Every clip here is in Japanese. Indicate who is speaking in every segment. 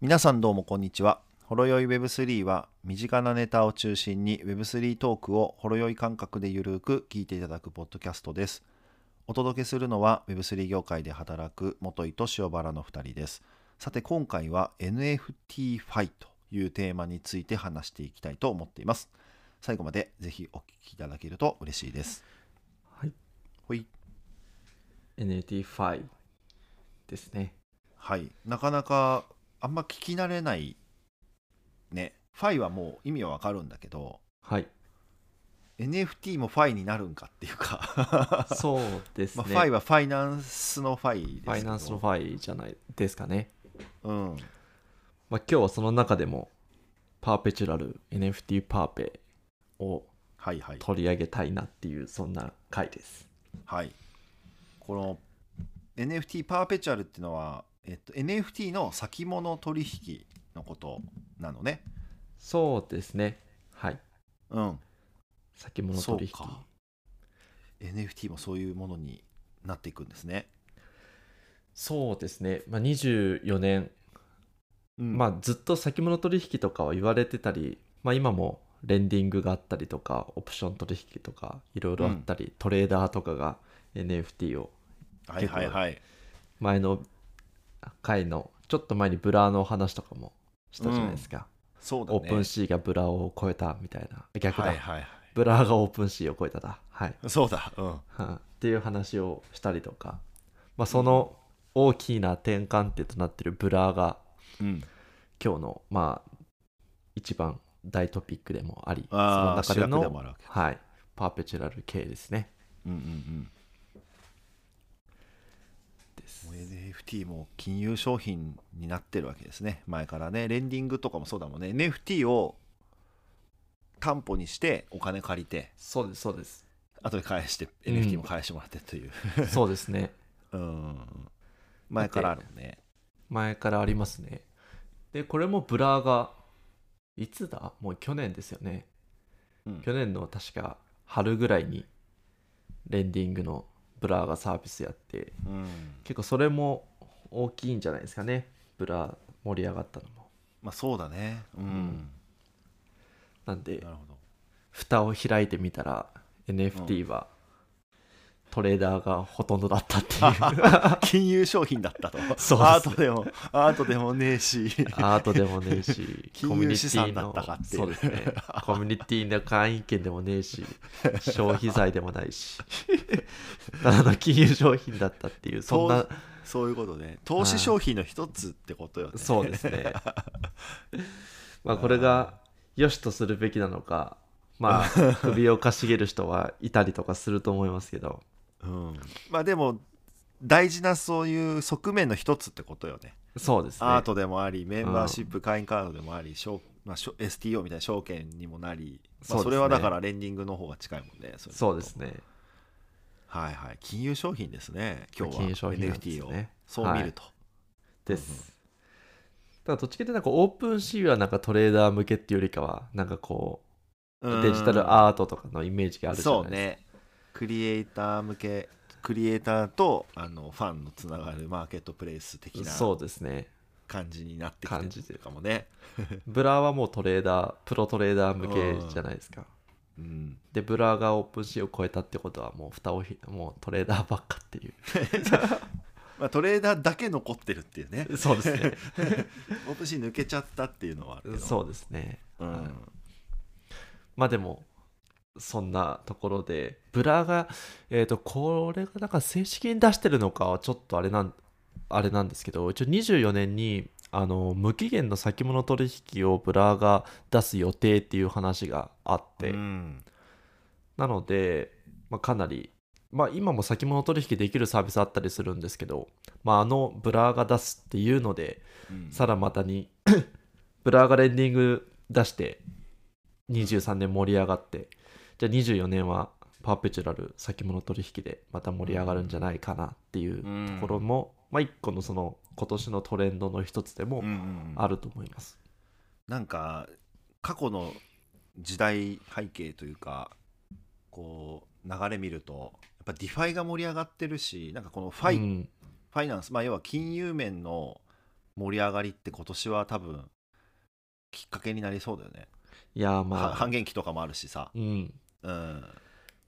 Speaker 1: 皆さんどうもこんにちは。ほろよい Web3 は身近なネタを中心に Web3 トークをほろよい感覚でゆるく聞いていただくポッドキャストです。お届けするのは Web3 業界で働く元井と塩原の2人です。さて今回は NFT ファイというテーマについて話していきたいと思っています。最後までぜひお聞きいただけると嬉しいです。
Speaker 2: はい、
Speaker 1: ほい。
Speaker 2: NFT ファイですね。
Speaker 1: はい、なかなかあんま聞き慣れないね。ファイはもう意味はわかるんだけど、
Speaker 2: はい、
Speaker 1: NFT もファイになるんかっていうか
Speaker 2: そうです
Speaker 1: ま
Speaker 2: ね
Speaker 1: あ、。ファイはファイナンスのファイですけ
Speaker 2: フ
Speaker 1: ど
Speaker 2: ァイナンスのファイじゃないですかね。
Speaker 1: うん、
Speaker 2: まあ、今日はその中でも、パーペチュラル NFT パーペを
Speaker 1: はいはい
Speaker 2: 取り上げたいなっていう、そんな回です。
Speaker 1: はいこの NFT パーペチュアルっていうのは、えっと、NFT の先物取引のことなのね
Speaker 2: そうですね。はい。
Speaker 1: うん
Speaker 2: 先物取引
Speaker 1: そうか NFT もそういうものになっていくんですね、
Speaker 2: そうですね、まあ、24年、
Speaker 1: うん
Speaker 2: まあ、ずっと先物取引とかは言われてたり、まあ、今もレンディングがあったりとかオプション取引とかいろいろあったり、トレーダーとかが NFT を
Speaker 1: はいはいはい
Speaker 2: 前の回のちょっと前にブラの話とかもしたじゃないですか、
Speaker 1: そうだ
Speaker 2: オ
Speaker 1: ね
Speaker 2: ープンシーがブラを超えたみたいな逆だ、
Speaker 1: はいはいは
Speaker 2: ブラがオープンシーを超えただはい
Speaker 1: い そうだうん
Speaker 2: はあっていう話をしたりとか、まあ、その大きな転換点となってるブラが
Speaker 1: うん
Speaker 2: 今日のまあ一番大トピックでもありその
Speaker 1: あー
Speaker 2: 中で
Speaker 1: 主役
Speaker 2: の
Speaker 1: でもあるわけ
Speaker 2: はい、パーペチュラル系ですね
Speaker 1: うんうん
Speaker 2: です
Speaker 1: うん、もう NFT も金融商品になってるわけですね前からねレンディングとかもそうだもんね NFT を担保にしてお金借りて
Speaker 2: そうですそうです
Speaker 1: 後で返して
Speaker 2: うん
Speaker 1: NFT も返してもらってという、
Speaker 2: そうですね
Speaker 1: うん、前からあるもんね
Speaker 2: 前からありますねでこれもブラがいつだもう去年ですよね
Speaker 1: うん
Speaker 2: 去年の確か春ぐらいにレンディングのブラがサービスやって
Speaker 1: うん
Speaker 2: 結構それも大きいんじゃないですかねブラ盛り上がったのも
Speaker 1: まあそうだねうん、
Speaker 2: んなんで
Speaker 1: なるほど
Speaker 2: 蓋を開いてみたら NFT はトレーダーがほとんどだったっていう
Speaker 1: 金融商品だったと
Speaker 2: そう
Speaker 1: アートでもアートでもねえし
Speaker 2: アートでもねえし
Speaker 1: 金融資産だったかっていう
Speaker 2: コミュニティのそうですねコミュニティの会員権でもねえし消費財でもないしただの金融商品だったっていうそんな
Speaker 1: そういうことね投資商品の一つってことよね
Speaker 2: そうですねまあこれが良しとするべきなのかまあ首をかしげる人はいたりとかすると思いますけど
Speaker 1: うん、まあでも大事なそういう側面の一つってことよね
Speaker 2: そうですね
Speaker 1: アートでもありメンバーシップ会員カードでもあり、証まあ、証 STO みたいな証券にもなり、まあ、
Speaker 2: そうですね
Speaker 1: それはだからレンディングの方が近いもんねそれ
Speaker 2: そうですね
Speaker 1: はいはい金融商品ですね今日は
Speaker 2: 金融商品なんですね
Speaker 1: NFT をそう見ると、
Speaker 2: です、ただどっちかっていうとなんかオープンシーはなんかトレーダー向けっていうよりかはなんかこ
Speaker 1: う
Speaker 2: うんデジタルアートとかのイメージがあるじゃな
Speaker 1: そ
Speaker 2: いで
Speaker 1: う
Speaker 2: すか、
Speaker 1: ねクリエイター向けクリエイターとあのファンのつながるマーケットプレイス的な
Speaker 2: そうですね
Speaker 1: 感じになってき
Speaker 2: 感じ
Speaker 1: て
Speaker 2: で
Speaker 1: るかもね、
Speaker 2: ブラーはもうトレーダープロトレーダー向けじゃないですか、
Speaker 1: うん、
Speaker 2: でブラーがオープンシーを超えたってことはもう蓋をひもうトレーダーばっかってい
Speaker 1: まあ、トレーダーだけ残ってるっていうね
Speaker 2: う そうですね
Speaker 1: オープンシー抜けちゃったっていうのはあるけど
Speaker 2: そうですね
Speaker 1: う、ん
Speaker 2: はいまあでもそんなところでブラが、えー、とこれがなんか正式に出してるのかはちょっとあれなんあれなんですけど一応24年にあの無期限の先物取引をブラが出す予定っていう話があって、
Speaker 1: うん
Speaker 2: なので、まあ、かなり、まあ、今も先物取引できるサービスあったりするんですけど、まあ、あのブラが出すっていうので
Speaker 1: うん
Speaker 2: さらまたに ブラーがレンディング出して23年盛り上がってじゃあ24年はパーペチュラル先物取引でまた盛り上がるんじゃないかなっていうところも、まあ一個のその今年のトレンドの一つでも
Speaker 1: うんうんうん
Speaker 2: あると思います、
Speaker 1: なんか過去の時代背景というかこう流れ見るとやっぱディファイが盛り上がってるしなんかこのファイ、
Speaker 2: う
Speaker 1: フ
Speaker 2: ん
Speaker 1: ァイナンスまあ要は金融面の盛り上がりって今年は多分きっかけになりそうだよね、
Speaker 2: いやー
Speaker 1: は
Speaker 2: まあ
Speaker 1: 半減期とかもあるしさ、
Speaker 2: うん
Speaker 1: うん、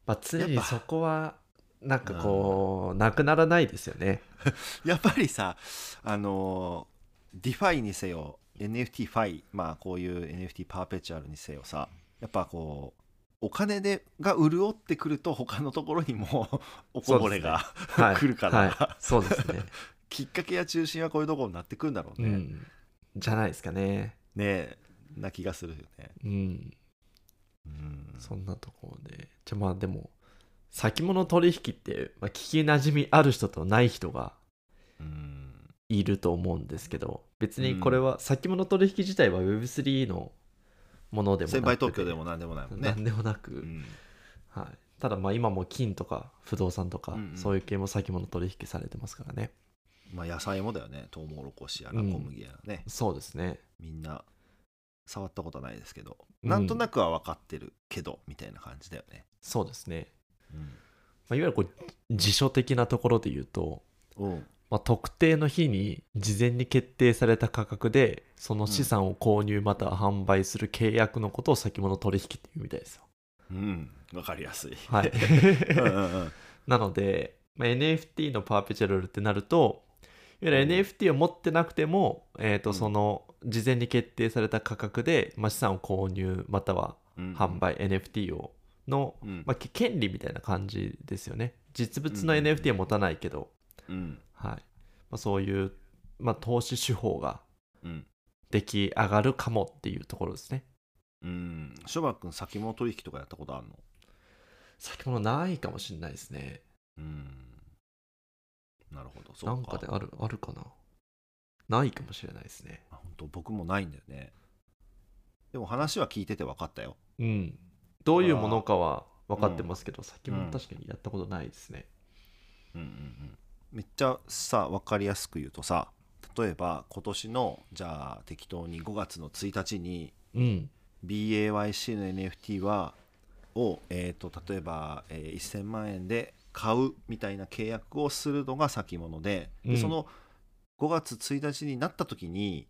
Speaker 2: まあ常に
Speaker 1: やっぱ
Speaker 2: そこはなんかこう、なくならないですよね
Speaker 1: やっぱりさあのディファイにせよ NFT ファイまあこういう NFT パーペチュアルにせよさやっぱこうお金でが潤ってくると他のところにも おこぼれが、
Speaker 2: はい
Speaker 1: 来るから
Speaker 2: はい、そうで すね、
Speaker 1: きっかけや中心はこういうところになってくんだろう
Speaker 2: う
Speaker 1: ね、ね
Speaker 2: んじゃないですかね
Speaker 1: えな気がするよね、
Speaker 2: うん
Speaker 1: うん、
Speaker 2: そんなところでじゃあまあでも先物取引って、まあ、聞きなじみある人とない人が
Speaker 1: うん
Speaker 2: いると思うんですけど別にこれは先物取引自体は Web3 のものでもなく
Speaker 1: 先
Speaker 2: て
Speaker 1: 輩特許でも何でもないもんね
Speaker 2: 何でもなく、
Speaker 1: うん
Speaker 2: はい、ただまあ今も金とか不動産とか、
Speaker 1: うんうん
Speaker 2: そういう系も先物取引されてますからね
Speaker 1: まあ野菜もだよねトウモロコシやら
Speaker 2: う
Speaker 1: 小
Speaker 2: ん
Speaker 1: 麦やらね、
Speaker 2: そうですね
Speaker 1: みんな触ったことないですけど、
Speaker 2: うん
Speaker 1: なんとなくは分かってるけどみたいな感じだよね、
Speaker 2: そうですね、
Speaker 1: うん
Speaker 2: まあ、いわゆるこう辞書的なところで言うと、
Speaker 1: うん
Speaker 2: まあ、特定の日に事前に決定された価格でその資産を購入または販売する契約のことを先物取引っていうみたいですよ
Speaker 1: うん、分かりやすい。
Speaker 2: は い
Speaker 1: うんうんうん
Speaker 2: なので、まあ、NFT のパーペチュアルってなるといわゆ
Speaker 1: うん
Speaker 2: る NFT を持ってなくても、えー、
Speaker 1: う
Speaker 2: と
Speaker 1: ん
Speaker 2: その事前に決定された価格で、まあ、資産を購入または
Speaker 1: うん
Speaker 2: 販売、NFT をの、
Speaker 1: うん
Speaker 2: まあ、け権利みたいな感じですよね実物の
Speaker 1: うんうんうん
Speaker 2: NFT は持たないけど、
Speaker 1: うん
Speaker 2: はいまあ、そういう、まあ、投資手法が
Speaker 1: うん
Speaker 2: 出来上がるかもっていうところですね
Speaker 1: うんショバ君先物取引とかやったことあるの
Speaker 2: 先物ないかもしれないですね
Speaker 1: うんなるほどそう
Speaker 2: なんかであるあるかなないかもしれないですね
Speaker 1: あ本当僕もないんだよねでも話は聞いてて分かったよ
Speaker 2: うん、どういうものかは分かってますけど、先
Speaker 1: うん
Speaker 2: も確かにやったことないですね。
Speaker 1: うんうんうんめっちゃさ分かりやすく言うとさ例えば今年のじゃあ適当に5月の1日に
Speaker 2: うん、
Speaker 1: BAYC の NFT はを、えー、と例えば、えー1000万円で買うみたいな契約をするのが先物でで、
Speaker 2: うん
Speaker 1: その5月1日になった時に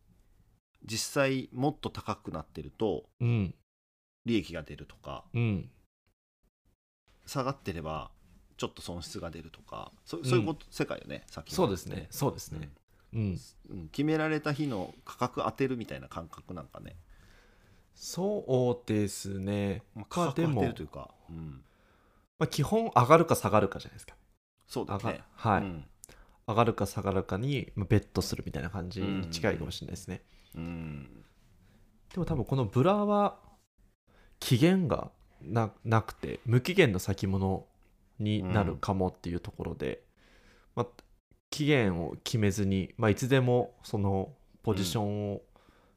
Speaker 1: 実際もっと高くなってると
Speaker 2: うん、
Speaker 1: 利益が出るとか
Speaker 2: うん、
Speaker 1: 下がってればちょっと損失が出るとかそそういうこと、世界よね先物
Speaker 2: そうですね、そうです
Speaker 1: うん
Speaker 2: ね。うん、
Speaker 1: うん決められた日の価格当てるみたいな感覚なんかね、
Speaker 2: そうですね。
Speaker 1: まあ、
Speaker 2: ま
Speaker 1: 価
Speaker 2: あ
Speaker 1: 格
Speaker 2: で
Speaker 1: 当
Speaker 2: も
Speaker 1: てるというか、うん、
Speaker 2: まあ、基本上がるか下がるかじゃないですか。
Speaker 1: そうだ
Speaker 2: 上が
Speaker 1: ね、
Speaker 2: はい、
Speaker 1: うん
Speaker 2: 上がるか下がるかにまあベットするみたいな感じに近いかもしれないですね。
Speaker 1: うん
Speaker 2: でも多分このブラは期限がななくて無期限の先物になるかもっていうところで、まあ、期限を決めずに、まあ、いつでもそのポジションを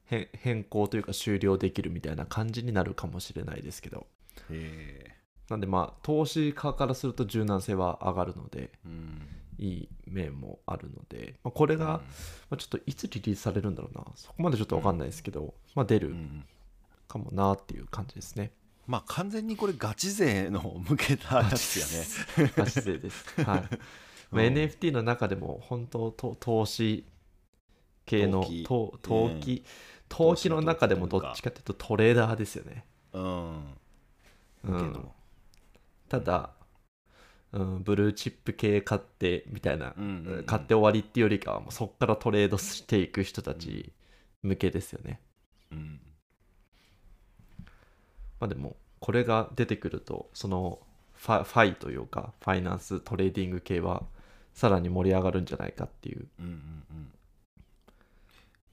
Speaker 2: 変,、変更というか終了できるみたいな感じになるかもしれないですけど
Speaker 1: へえ
Speaker 2: なんでまあ投資家からすると柔軟性は上がるので
Speaker 1: うん
Speaker 2: いい面もあるので、まあ、これが、まあ、ちょっといつリリースされるんだろうなそこまでちょっと分かんないですけど、まあ、出
Speaker 1: うんう
Speaker 2: る
Speaker 1: ん
Speaker 2: かもなっていう感じですね。
Speaker 1: まあ完全にこれガチ勢の向けたやつやね。
Speaker 2: ね。ガチ勢です。はい。まあ、
Speaker 1: うん
Speaker 2: NFT の中でも本当と投資系の
Speaker 1: 投機
Speaker 2: 投投機、
Speaker 1: 投
Speaker 2: 投
Speaker 1: 資
Speaker 2: 機
Speaker 1: の
Speaker 2: の中でもどっちかというとトレーダーですよね。
Speaker 1: うん。
Speaker 2: う
Speaker 1: け
Speaker 2: ん
Speaker 1: ど、
Speaker 2: ただ、うん、ブルーチップ系買ってみたいな、
Speaker 1: うんうんうん
Speaker 2: 買って終わりっていうよりかはもうそこからトレードしていく人たち向けですよね。
Speaker 1: うん。
Speaker 2: まあでもこれが出てくるとそのファファイというかファイナンストレーディング系はさらに盛り上がるんじゃないかっていう
Speaker 1: うんうんうん。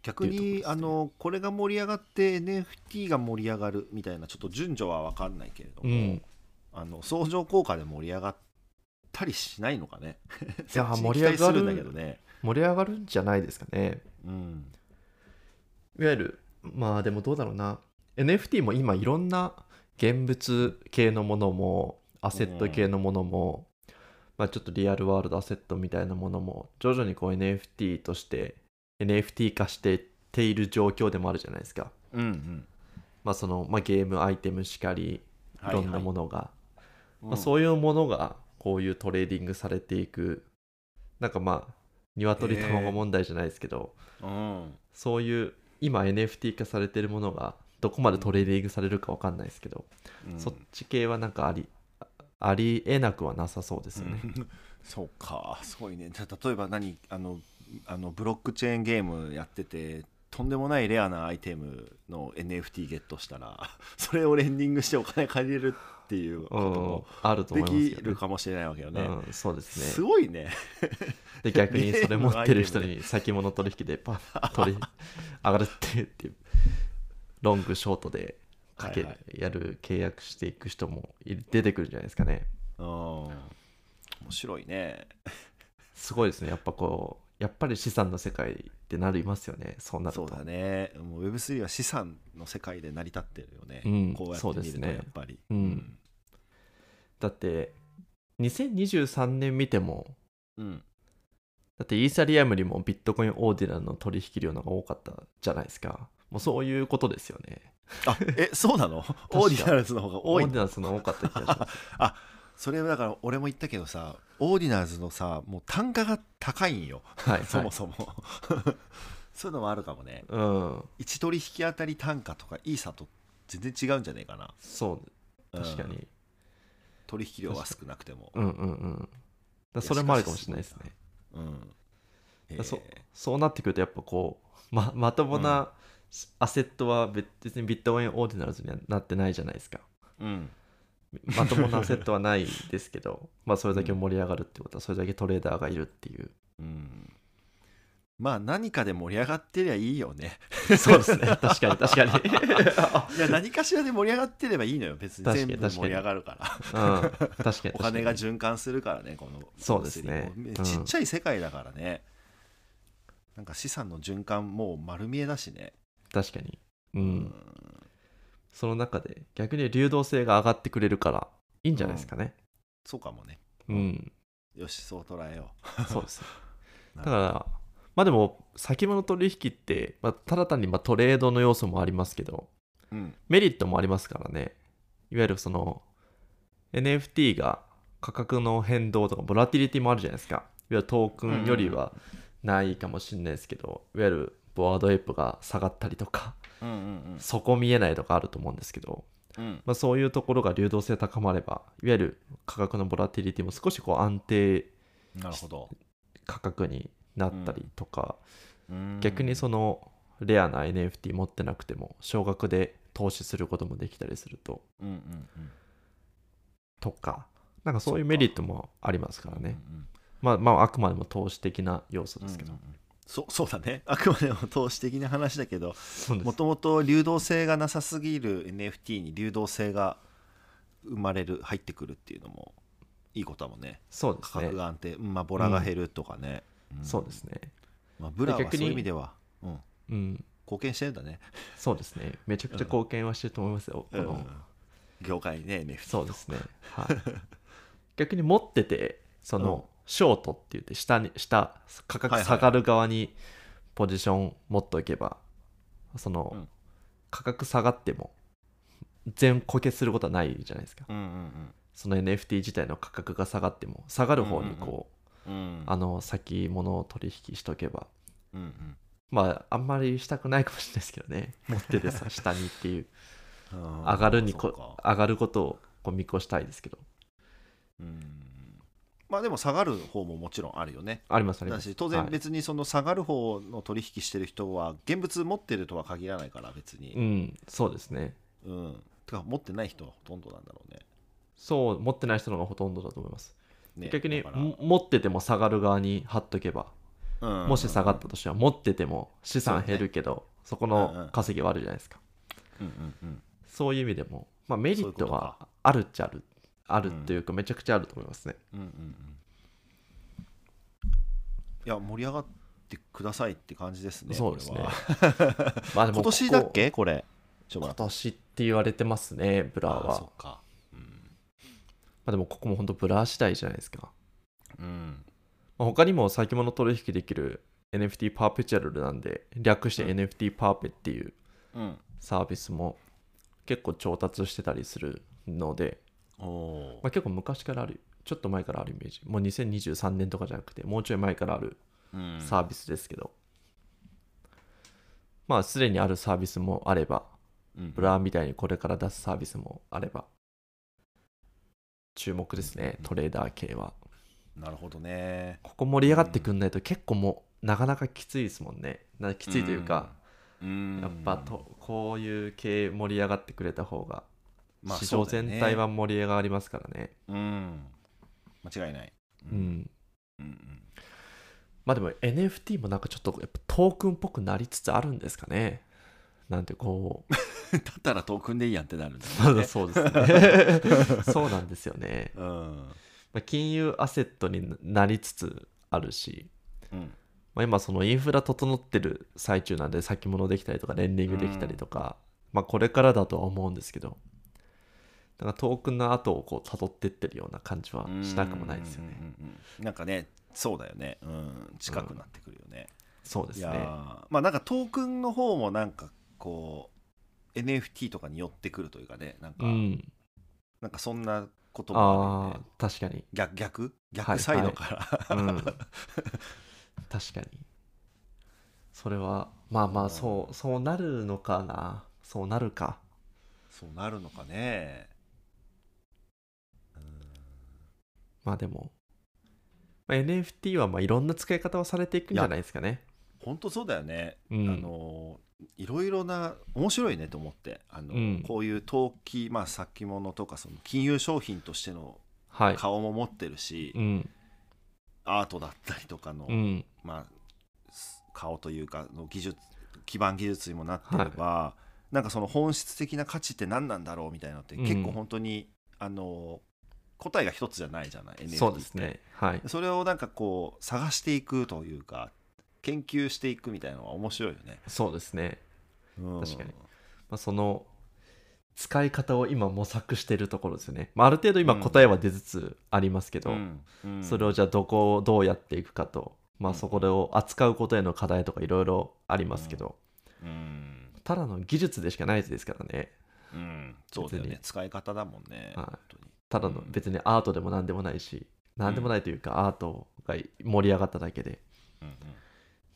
Speaker 1: 逆
Speaker 2: っていう
Speaker 1: に
Speaker 2: ところですね
Speaker 1: あのこれが盛り上がって NFT が盛り上がるみたいなちょっと順序は分かんないけれども、
Speaker 2: うん
Speaker 1: あの相乗効果で盛り上がったりしないのかね
Speaker 2: いや
Speaker 1: そっちに
Speaker 2: 盛り上が
Speaker 1: 期待
Speaker 2: る
Speaker 1: すんだけどね
Speaker 2: 盛り上がるんじゃないですかね
Speaker 1: うん
Speaker 2: いわゆるまあでもどうだろうな NFT も今いろんな現物系のものもアセット系のものも、まあ、ちょっとリアルワールドアセットみたいなものも徐々にこう NFT として NFT 化してっている状況でもあるじゃないですか、
Speaker 1: うんうん
Speaker 2: まあそのまあ、ゲームアイテムしかりいろんなも
Speaker 1: の、
Speaker 2: のが、
Speaker 1: うん
Speaker 2: まあ、そういうものがこういうトレーディングされていくなんかまあ鶏
Speaker 1: へえ
Speaker 2: 卵問題じゃないですけど、
Speaker 1: うん
Speaker 2: そういう今 NFT 化されてるものがどこまでトレーディングされるかわかんないですけど、
Speaker 1: うん
Speaker 2: そっち系はなんかありあありえなくはなさそうですよね、
Speaker 1: そうかすごいねじゃあ例えば何あのあのブロックチェーンゲームやっててとんでもないレアなアイテムの NFT ゲットしたら それをレンディングしてお金借りれるっていう
Speaker 2: うん
Speaker 1: こ
Speaker 2: あると
Speaker 1: ともで
Speaker 2: 思いま
Speaker 1: き
Speaker 2: すけど
Speaker 1: る
Speaker 2: ね
Speaker 1: かもしれないわけよね。
Speaker 2: うん、そうです
Speaker 1: す
Speaker 2: ね
Speaker 1: ごいね。
Speaker 2: で逆にそれ持ってる人
Speaker 1: ゲ
Speaker 2: に先物取引でパ ッ取り上がるってっていうロングショートでかけ、
Speaker 1: はいはい
Speaker 2: やる契約していく人もい出てくるんじゃないですかね
Speaker 1: うん面白いね。
Speaker 2: すごいですねやっぱこうやっぱり資産の世界ってなりますよねそうなると
Speaker 1: そうだね。もう Web3 は資産の世界で成り立ってるよね。
Speaker 2: うん
Speaker 1: こうやって
Speaker 2: そうで
Speaker 1: 見
Speaker 2: す
Speaker 1: ると
Speaker 2: ね
Speaker 1: やっぱり。
Speaker 2: うんだって2023年見ても
Speaker 1: うん。
Speaker 2: だってイーサリアムよりもビットコインオーディナルの取引量の方が多かったじゃないですかもうそういうことですよね
Speaker 1: あえ、そうなのオーディナルズの方が多い
Speaker 2: オー
Speaker 1: ん
Speaker 2: ディ
Speaker 1: だ
Speaker 2: ナルその多かった気がします
Speaker 1: あそれだから俺も言ったけどさ、オーディナルズのさ、もう単価が高いんよ。
Speaker 2: はい、はい、
Speaker 1: そもそも。 そういうのもあるかもね。
Speaker 2: うん
Speaker 1: 1取引当たり単価とかイーサと全然違うんじゃないかな。
Speaker 2: そう確か
Speaker 1: うん
Speaker 2: に
Speaker 1: 取引量は少なくても。
Speaker 2: うんうんうんだからそれもあるかもしれないですね
Speaker 1: うん。え
Speaker 2: そそうなってくるとやっぱこうままともなアセットは別別にビットコインオーディナルズにはなってないじゃないですか
Speaker 1: うん。
Speaker 2: まともなアセットはないですけどまあそれだけ盛り上がるってことはそれだけトレーダーがいるっていう
Speaker 1: うんまあ何かで盛り上がってりゃいいよね。
Speaker 2: そうですね確かに確かに
Speaker 1: いや何かしらで盛り上がってればいいのよ別に
Speaker 2: 確か
Speaker 1: 全
Speaker 2: に
Speaker 1: 部
Speaker 2: 確かに
Speaker 1: 盛り上がるから
Speaker 2: うん確かに確かに
Speaker 1: お金が循環するからねこの
Speaker 2: そうですね
Speaker 1: 物理
Speaker 2: うん
Speaker 1: ちっちゃい世界だからね、なんか資産の循環もう丸見えだしね
Speaker 2: 確かにう
Speaker 1: うん
Speaker 2: その中で逆に流動性が上がってくれるからいいんじゃないですかね
Speaker 1: そうかもね
Speaker 2: うん、
Speaker 1: よしそう捉えよ
Speaker 2: そうですね
Speaker 1: な
Speaker 2: だ
Speaker 1: る
Speaker 2: か
Speaker 1: ほ
Speaker 2: らまあでも先物取引って、まあ、ただ単にまあトレードの要素もありますけど
Speaker 1: ううん
Speaker 2: メリットもありますからねいわゆるその NFT が価格の変動とかボラティリティもあるじゃないですかいわゆるトークンよりはないかもしれないですけど、いわゆるボワードエイプが下がったりとか
Speaker 1: うんうん
Speaker 2: 底見えないとかあると思うんですけど、
Speaker 1: うんうん
Speaker 2: まあ、そういうところが流動性高まればいわゆる価格のボラティリティも少しこう安定
Speaker 1: なるほど
Speaker 2: 価格になったりとか、
Speaker 1: うん
Speaker 2: 逆にそのレアな NFT 持ってなくても少額で投資することもできたりすると
Speaker 1: うんうんうん
Speaker 2: とかなんかそういうメリットもありますからね
Speaker 1: うんうん
Speaker 2: まあまああくまでも投資的な要素ですけど、
Speaker 1: うんうんうんそそうだねあくまでも投資的な話だけど
Speaker 2: そうで
Speaker 1: も
Speaker 2: す
Speaker 1: ともと流動性がなさすぎる NFT に流動性が生まれる入ってくるっていうのもいいことだもんね
Speaker 2: そうです
Speaker 1: 価
Speaker 2: ね
Speaker 1: 格が安定、うんまあボラが減るとかね、ん
Speaker 2: そうですね
Speaker 1: まあ、ブラは
Speaker 2: 逆
Speaker 1: そう
Speaker 2: に
Speaker 1: いう意味では、うん、
Speaker 2: うん
Speaker 1: 貢献してるんだね、
Speaker 2: そうですねめちゃくちゃ貢献はしてると思いますよ、こ
Speaker 1: う
Speaker 2: の
Speaker 1: ん業界にね NFT
Speaker 2: そうですねはい逆に持っててその、ショートって言って下に下価
Speaker 1: は
Speaker 2: 格
Speaker 1: いはいはい
Speaker 2: 下がる側にポジション持っておけば、その、
Speaker 1: うん
Speaker 2: 価格下がっても全固結することはないじゃないですか
Speaker 1: うん
Speaker 2: その NFT 自体の価格が下がっても下がる方に
Speaker 1: うんうん
Speaker 2: こう、
Speaker 1: うんうんうん
Speaker 2: あの先物を取引しとけば
Speaker 1: うんうん
Speaker 2: まああんまりしたくないかもしれないですけ どね持っててさ下にっていう
Speaker 1: うん
Speaker 2: 上がるに
Speaker 1: そ
Speaker 2: こ
Speaker 1: うか
Speaker 2: 上がることをこう見越したいですけど
Speaker 1: うんまあでも下がる方ももちろんあるよね
Speaker 2: ありますありま
Speaker 1: だ
Speaker 2: す
Speaker 1: し当
Speaker 2: は
Speaker 1: 然
Speaker 2: い
Speaker 1: 別にその下がる方の取引してる人は現物持ってるとは限らないから別に、
Speaker 2: うんそうですね
Speaker 1: うん。てか持ってない人はほとんどなんだろうね。
Speaker 2: そう持ってない人の方がほとんどだと思います、
Speaker 1: ね
Speaker 2: 逆に
Speaker 1: だから
Speaker 2: も持ってても下がる側に貼っとけば、
Speaker 1: うん
Speaker 2: もし下がったとしては持ってても資産減るけどそ,、こ
Speaker 1: うんうん
Speaker 2: の稼ぎはあるじゃないですか、
Speaker 1: うんうんうん
Speaker 2: そういう意味でも、まあ、メリットはあるっちゃあるあるというかめちゃくちゃあると思いますね、
Speaker 1: うんうんうんいや盛り上がってくださいって感じですね。
Speaker 2: そうです
Speaker 1: こ
Speaker 2: ね
Speaker 1: れは
Speaker 2: まあでも
Speaker 1: 今
Speaker 2: ここ
Speaker 1: 年だっけこれ。ちょ
Speaker 2: 今年って言われてますねブラは
Speaker 1: あそ
Speaker 2: ま
Speaker 1: っか。うん
Speaker 2: あ、でもここも本当ブラ次第じゃないですか、
Speaker 1: うん。
Speaker 2: まあ、他にも先物取引できる NFT パーペチュアルなんで略して
Speaker 1: うん
Speaker 2: NFT パーペっていう
Speaker 1: うん。
Speaker 2: サービスも結構調達してたりするので、
Speaker 1: おお
Speaker 2: まあ、結構昔からあるちょっと前からあるイメージもう2023年とかじゃなくてもうちょい前からある
Speaker 1: うん
Speaker 2: サービスですけど、まあすでにあるサービスもあれば
Speaker 1: うん
Speaker 2: ブラーみたいにこれから出すサービスもあれば注目ですねトレーダー系は
Speaker 1: なるほどね
Speaker 2: ここ盛り上がってくんないと結構もうなかなかきついですもんねなきついというか、
Speaker 1: うん
Speaker 2: やっぱとこういう系盛り上がってくれた方が
Speaker 1: まあ
Speaker 2: 市場全体は盛り上がりますからね
Speaker 1: そうだよねうん間違いない
Speaker 2: うん
Speaker 1: うんうん
Speaker 2: まあでも NFT もなんかちょっとやっぱトークンっぽくなりつつあるんですかねなんてこう
Speaker 1: だったらトークンでいいやんってなるんだ
Speaker 2: まだ そうですね そうなんですよね、
Speaker 1: うん
Speaker 2: まあ、金融アセットになりつつあるし、
Speaker 1: うん
Speaker 2: まあ、今そのインフラ整ってる最中なんで先物できたりとかレンディングできたりとか、まあこれからだとは思うんですけどなんかトークンの後をこう辿ってってるような感じはしなくもないですよね、
Speaker 1: うんうんうんうんなんかねそうだよねうん近くなってくるよね
Speaker 2: そうで
Speaker 1: い
Speaker 2: す
Speaker 1: や
Speaker 2: ね
Speaker 1: ーまあなんかトークンの方もなんかこう NFT とかに寄ってくるというかねなんか、
Speaker 2: うん
Speaker 1: なんかそんなこともあるよ
Speaker 2: あ
Speaker 1: ね
Speaker 2: あ確かに
Speaker 1: 逆逆
Speaker 2: は
Speaker 1: 逆
Speaker 2: い
Speaker 1: サイドから、
Speaker 2: うん 確かにそれはまあまあそうそうなるのかなそうなるか
Speaker 1: そうなるのかね
Speaker 2: まあでも、まあ NFT はまあいろんな使い方をされていくんじゃないですかね。
Speaker 1: 本当そうだよね、
Speaker 2: うん
Speaker 1: あのいろいろな面白いねと思ってあの、
Speaker 2: うん
Speaker 1: こういう投機、まあ、先物とかその金融商品としての
Speaker 2: はい。
Speaker 1: 顔も持ってるし、
Speaker 2: うん。
Speaker 1: アートだったりとかの、
Speaker 2: うん。
Speaker 1: まあ、す顔というかの技術基盤技術にもなってれば、なんかその本質的な価値って何なんだろうみたいなのって
Speaker 2: うん
Speaker 1: 結構本当に、あの答えが一つじゃないじゃない NFT って
Speaker 2: そうですね。はい。
Speaker 1: それをなんかこう探していくというか研究していくみたいなのは面白いよね、
Speaker 2: そうですね。
Speaker 1: うん
Speaker 2: 確かにまあ、その使い方を今模索しているところですよね。まあ、ある程度今
Speaker 1: うん
Speaker 2: 答えは出つつありますけど、
Speaker 1: うんうん
Speaker 2: それをじゃあどこをどうやっていくかと、まあ、
Speaker 1: うん
Speaker 2: そこを扱うことへの課題とかいろいろありますけど、
Speaker 1: うん、
Speaker 2: ただの技術でしかないですからね。
Speaker 1: うん、そうだよ
Speaker 2: 別
Speaker 1: ね
Speaker 2: に
Speaker 1: 使い方だもんね、
Speaker 2: はい
Speaker 1: 本当に
Speaker 2: ただの
Speaker 1: うん
Speaker 2: 別にアートでも何でもないし、何でもないというかアートが盛り上がっただけで、
Speaker 1: うんうん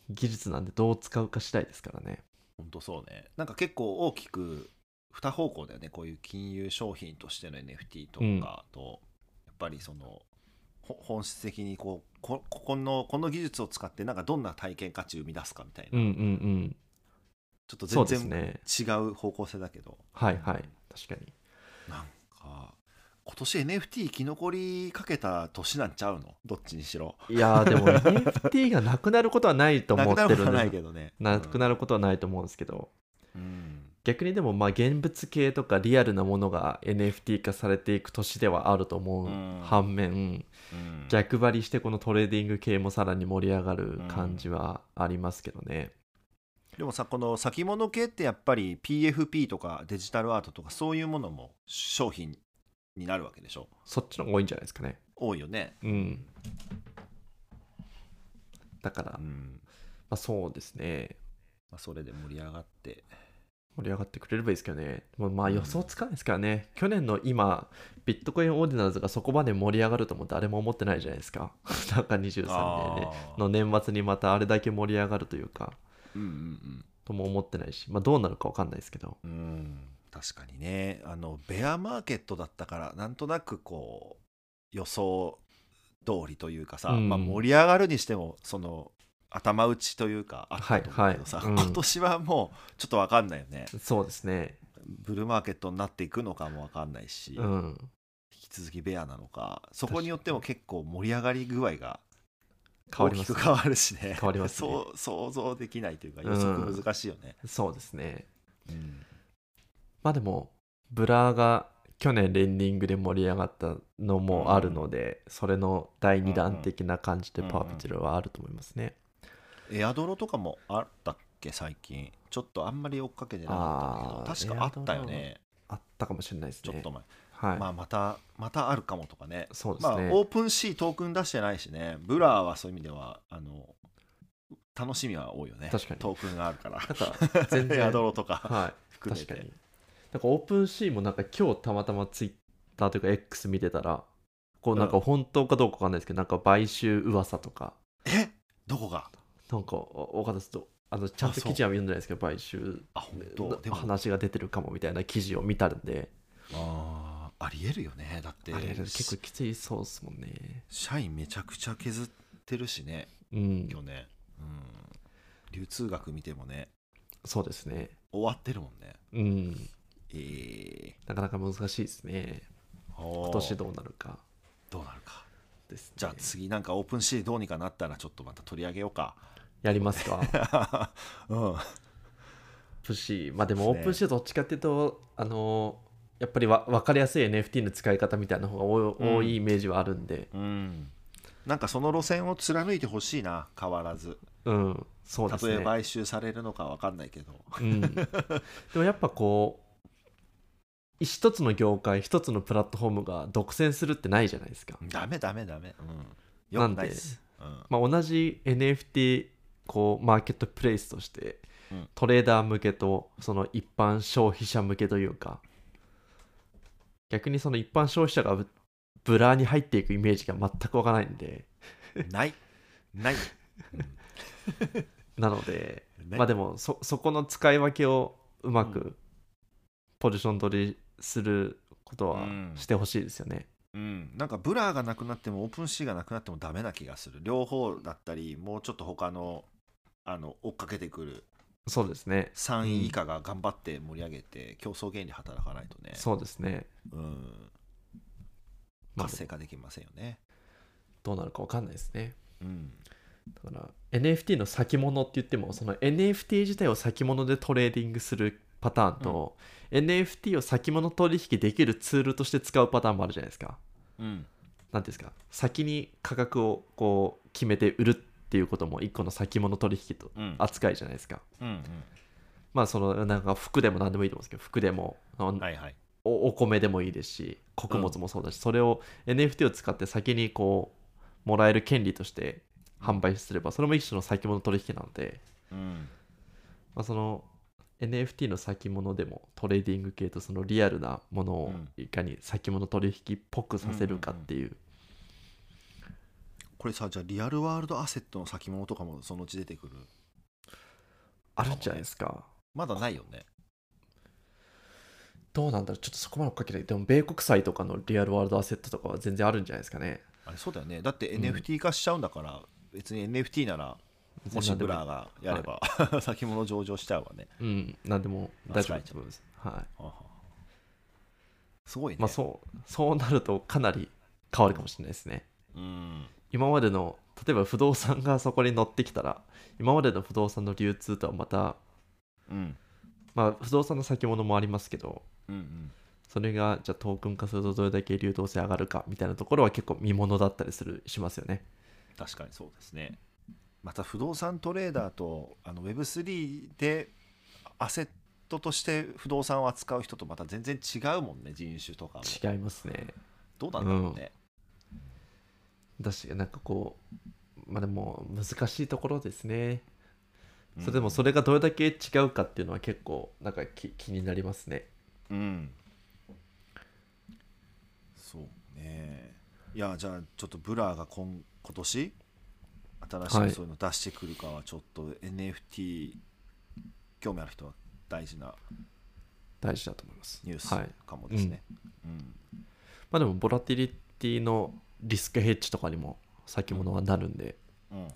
Speaker 2: 技術なんでどう使うか次第ですからね。
Speaker 1: 本当そうねなんか結構大きく二方向だよねこういう金融商品としての NFT とかと、やっぱりそのほ本質的にこうこここのこの技術を使ってなんかどんな体験価値を生み出すかみたいな、
Speaker 2: うんうんうん。
Speaker 1: ちょっと
Speaker 2: そう
Speaker 1: 全
Speaker 2: です
Speaker 1: 然
Speaker 2: ね。
Speaker 1: 違う方向性だけど、
Speaker 2: はいはい。確かに。
Speaker 1: なんか今年 NFT 生き残りかけた年なんちゃうのどっちにしろ
Speaker 2: いやー でも NFT がなくなることはないと
Speaker 1: な
Speaker 2: 思っ
Speaker 1: くな
Speaker 2: て
Speaker 1: ること
Speaker 2: る
Speaker 1: は
Speaker 2: ん
Speaker 1: ない
Speaker 2: で
Speaker 1: けどね
Speaker 2: なくなることはないと思うんですけど、
Speaker 1: うん
Speaker 2: 逆にでもまあ現物系とかリアルなものが NFT 化されていく年ではあると思う、
Speaker 1: うん
Speaker 2: 反面
Speaker 1: うん
Speaker 2: 逆張りしてこのトレーディング系もさらに盛り上がる感じはありますけどね。
Speaker 1: でもさこの先物系ってやっぱり PFP とかデジタルアートとかそういうものも商品になるわけでしょ
Speaker 2: そっちの方が多いんじゃないですかね。
Speaker 1: 多いよね
Speaker 2: うん。だから、ま
Speaker 1: ん、
Speaker 2: あそうですね。
Speaker 1: まあ、それで盛り上がって
Speaker 2: 盛り上がってくれればいいですけどね。もうまあ予想つかないですからね。去年の今、ビットコインオーディナーズがそこまで盛り上がるとも誰も思ってないじゃないですか。 なんか23年ね。
Speaker 1: あー
Speaker 2: の年末にまたあれだけ盛り上がるというか、
Speaker 1: うんうん
Speaker 2: とも思ってないし、まあどうなるかわかんないですけど。
Speaker 1: うんうん確かにねあのベアマーケットだったからなんとなくこう予想通りというかさ、
Speaker 2: うん
Speaker 1: まあ、盛り上がるにしてもその頭打ちというかあったと思うけどさ、
Speaker 2: はいはいうん
Speaker 1: 今年はもうちょっと分かんないよね
Speaker 2: そうですね。
Speaker 1: ブルーマーケットになっていくのかも分かんないし、
Speaker 2: うん。
Speaker 1: 引き続きベアなのかそこによっても結構盛り上がり具合が
Speaker 2: 変
Speaker 1: 大
Speaker 2: わり
Speaker 1: き
Speaker 2: ます
Speaker 1: く
Speaker 2: ね、
Speaker 1: 変わるしね
Speaker 2: 変わりますね
Speaker 1: そう想像できないというか
Speaker 2: うん
Speaker 1: 予測難しいよね、
Speaker 2: そうですね。
Speaker 1: うん
Speaker 2: まあでも、ブラーが去年レンディングで盛り上がったのもあるので、それの第2弾的な感じで
Speaker 1: うんうん
Speaker 2: パーピチルはあると思いますね。
Speaker 1: エアドロとかもあったっけ最近ちょっとあんまり追っかけてなかったけど確
Speaker 2: あー
Speaker 1: かあったよね
Speaker 2: あったかもしれないです
Speaker 1: ちょ
Speaker 2: ね。
Speaker 1: っと前、
Speaker 2: はい。
Speaker 1: まあまたまたあるかもとかね
Speaker 2: そうです
Speaker 1: まあ
Speaker 2: ね。
Speaker 1: オープンシートークン出してないしねブラーはそういう意味ではあの楽しみは多いよね
Speaker 2: 確かに
Speaker 1: トークンがあるから
Speaker 2: なんか全然
Speaker 1: エアドロとか
Speaker 2: はい
Speaker 1: 含め
Speaker 2: 確
Speaker 1: て
Speaker 2: かになんかオープンシーもなんか今日たまたまツイッターというか X 見てたらこうなん
Speaker 1: う
Speaker 2: か本当かどうかわかんないですけど、なんか買収噂とか
Speaker 1: どこが
Speaker 2: なんかお岡田さんとあのちゃん
Speaker 1: あ
Speaker 2: と
Speaker 1: そう
Speaker 2: 記事は読んでないですけど買収
Speaker 1: あ本当で
Speaker 2: の
Speaker 1: も
Speaker 2: 話が出てるかもみたいな記事を見たんで、
Speaker 1: あーありえるよねだって
Speaker 2: あれ結構きついそうですもんね
Speaker 1: 社員めちゃくちゃ削ってるしね
Speaker 2: うん
Speaker 1: 去年、うん、流通額見てもね
Speaker 2: そうですね
Speaker 1: 終わってるもんね
Speaker 2: うん
Speaker 1: え
Speaker 2: なかなか難しいですね
Speaker 1: 今
Speaker 2: 今年どうなるか
Speaker 1: どうなるか
Speaker 2: ですね
Speaker 1: じゃあ次なんかオープンシーどうにかなったらちょっとまた取り上げよう か
Speaker 2: やりますか
Speaker 1: うん
Speaker 2: プシーまあでも
Speaker 1: そう
Speaker 2: オ
Speaker 1: ですね
Speaker 2: ープンシーどっちかっていうとあのやっぱりわ分かりやすい NFT の使い方みたいな方が多い,、
Speaker 1: うん
Speaker 2: 多いイメージはあるんで
Speaker 1: うんなんかその路線を貫いてほしいな変わらず
Speaker 2: うんそう
Speaker 1: た
Speaker 2: です
Speaker 1: と
Speaker 2: ね
Speaker 1: え買収されるのかわかんないけど
Speaker 2: うん、でもやっぱこう一つの業界一つのプラットフォームが独占するってないじゃないですか、
Speaker 1: ダメダメダメうん
Speaker 2: な
Speaker 1: よ
Speaker 2: ん
Speaker 1: く
Speaker 2: で
Speaker 1: ないですうん
Speaker 2: まあ、同じ NFT こうマーケットプレイスとして、
Speaker 1: うん
Speaker 2: トレーダー向けとその一般消費者向けというか逆にその一般消費者がブブラーに入っていくイメージが全くわからないんで
Speaker 1: ないない、
Speaker 2: なので、
Speaker 1: うんね
Speaker 2: まあでもそそこの使い分けをうまくポジション取りすることは
Speaker 1: うん
Speaker 2: してほしいですよね。
Speaker 1: うん、なんかブラーがなくなってもオープンシーがなくなってもダメな気がする両方だったりもうちょっと他のあの追っかけてくる
Speaker 2: そうですね。
Speaker 1: 3位以下が頑張って盛り上げて、競争原理働かないとね
Speaker 2: そうですね。
Speaker 1: うん、
Speaker 2: まあ
Speaker 1: 活、性化できませんよね、
Speaker 2: どうなるかわかんないですね。
Speaker 1: うん、
Speaker 2: だから NFT の先物って言ってもその NFT 自体を先物でトレーディングするパターンと、NFT を先物取引できるツールとして使うパターンもあるじゃないですか。
Speaker 1: うん、
Speaker 2: なんていうんですか先に価格をこう決めて売るっていうことも一個の先物取引と
Speaker 1: うん
Speaker 2: 扱いじゃないですか。
Speaker 1: うんうん
Speaker 2: まあそのなんか服でも何でもいいと思うんですけど服でもあの
Speaker 1: はいはい
Speaker 2: おお米でもいいですし穀物もそうだし、それを NFT を使って先にこうもらえる権利として販売すればそれも一種の先物取引なので、
Speaker 1: うん
Speaker 2: まあ、その NFT の先物でもトレーディング系とそのリアルなもの
Speaker 1: う
Speaker 2: を
Speaker 1: ん
Speaker 2: いかに先物取引っぽくさせるかっていう,、
Speaker 1: これさじゃあリアルワールドアセットの先物とかもそのうち出てくる
Speaker 2: あるんじゃないですか。
Speaker 1: まだないよね
Speaker 2: どうなんだろうちょっとそこまで追っかけないでも米国債とかのリアルワールドアセットとかは全然あるんじゃないですかね。
Speaker 1: あれそうだよねだって
Speaker 2: うん
Speaker 1: NFT 化しちゃうんだから、別に NFT ならもし
Speaker 2: 全然何
Speaker 1: ブ
Speaker 2: でもいい
Speaker 1: ラーがやれば、 先物上場しちゃうわね
Speaker 2: うん、なんでも大丈夫だと思います。はい
Speaker 1: すごいね、
Speaker 2: まあそうそうなるとかなり変わるかもしれないですね。
Speaker 1: うん
Speaker 2: 今までの例えば不動産がそこに乗ってきたら今までの不動産の流通とはまた、
Speaker 1: うん
Speaker 2: まあ、不動産の先物もありますけど
Speaker 1: うんうん
Speaker 2: それがじゃあトークン化するとどれだけ流動性上がるかみたいなところは結構見ものだったりするしますよね。
Speaker 1: 確かにそうですねまた不動産トレーダーとあの Web3 でアセットとして不動産を扱う人とまた全然違うもんね人種とかも
Speaker 2: 違いますね。
Speaker 1: どうなんだろうね、
Speaker 2: だしなんかこうまあでも難しいところですね。
Speaker 1: うん
Speaker 2: それでもそれがどれだけ違うかっていうのは結構なんかき気になりますね。
Speaker 1: うんそうねいやじゃあちょっとブラーが今今年新し
Speaker 2: はい
Speaker 1: くそういうの出してくるかはちょっと NFT 興味ある人は大事な
Speaker 2: 大事だと思います。
Speaker 1: ニュース
Speaker 2: はい
Speaker 1: かもですね、うん
Speaker 2: まあでもボラティリティのリスクヘッジとかにも先物はなるんで、
Speaker 1: うん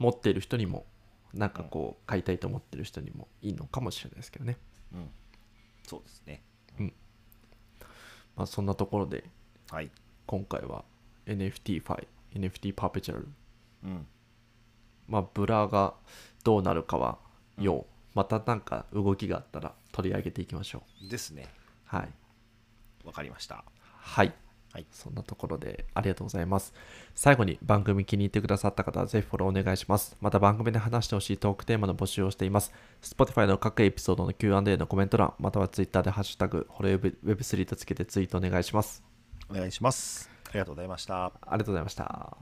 Speaker 2: 持っている人にもなんかこう買いたいと思ってる人にもいいのかもしれないですけどね、
Speaker 1: うん、そうですね
Speaker 2: まあ、そんなところで
Speaker 1: はい、
Speaker 2: 今回は NFT ファイ NFT パーペチュアル
Speaker 1: うん、
Speaker 2: まあブラがどうなるかは要、またなんか動きがあったら取り上げていきましょ
Speaker 1: ですね
Speaker 2: うはい
Speaker 1: わかりました
Speaker 2: はい、
Speaker 1: はい
Speaker 2: そんなところでありがとうございます最後に番組気に入ってくださった方はぜひフォローお願いしますまた番組で話してほしいトークテーマの募集をしています Spotify の各エピソードの Q&A のコメント欄または Twitter でハッシュタグホロウェブ Web3 とつけてツイートお願いします
Speaker 1: お願いしますありがとうございました
Speaker 2: ありがとうございました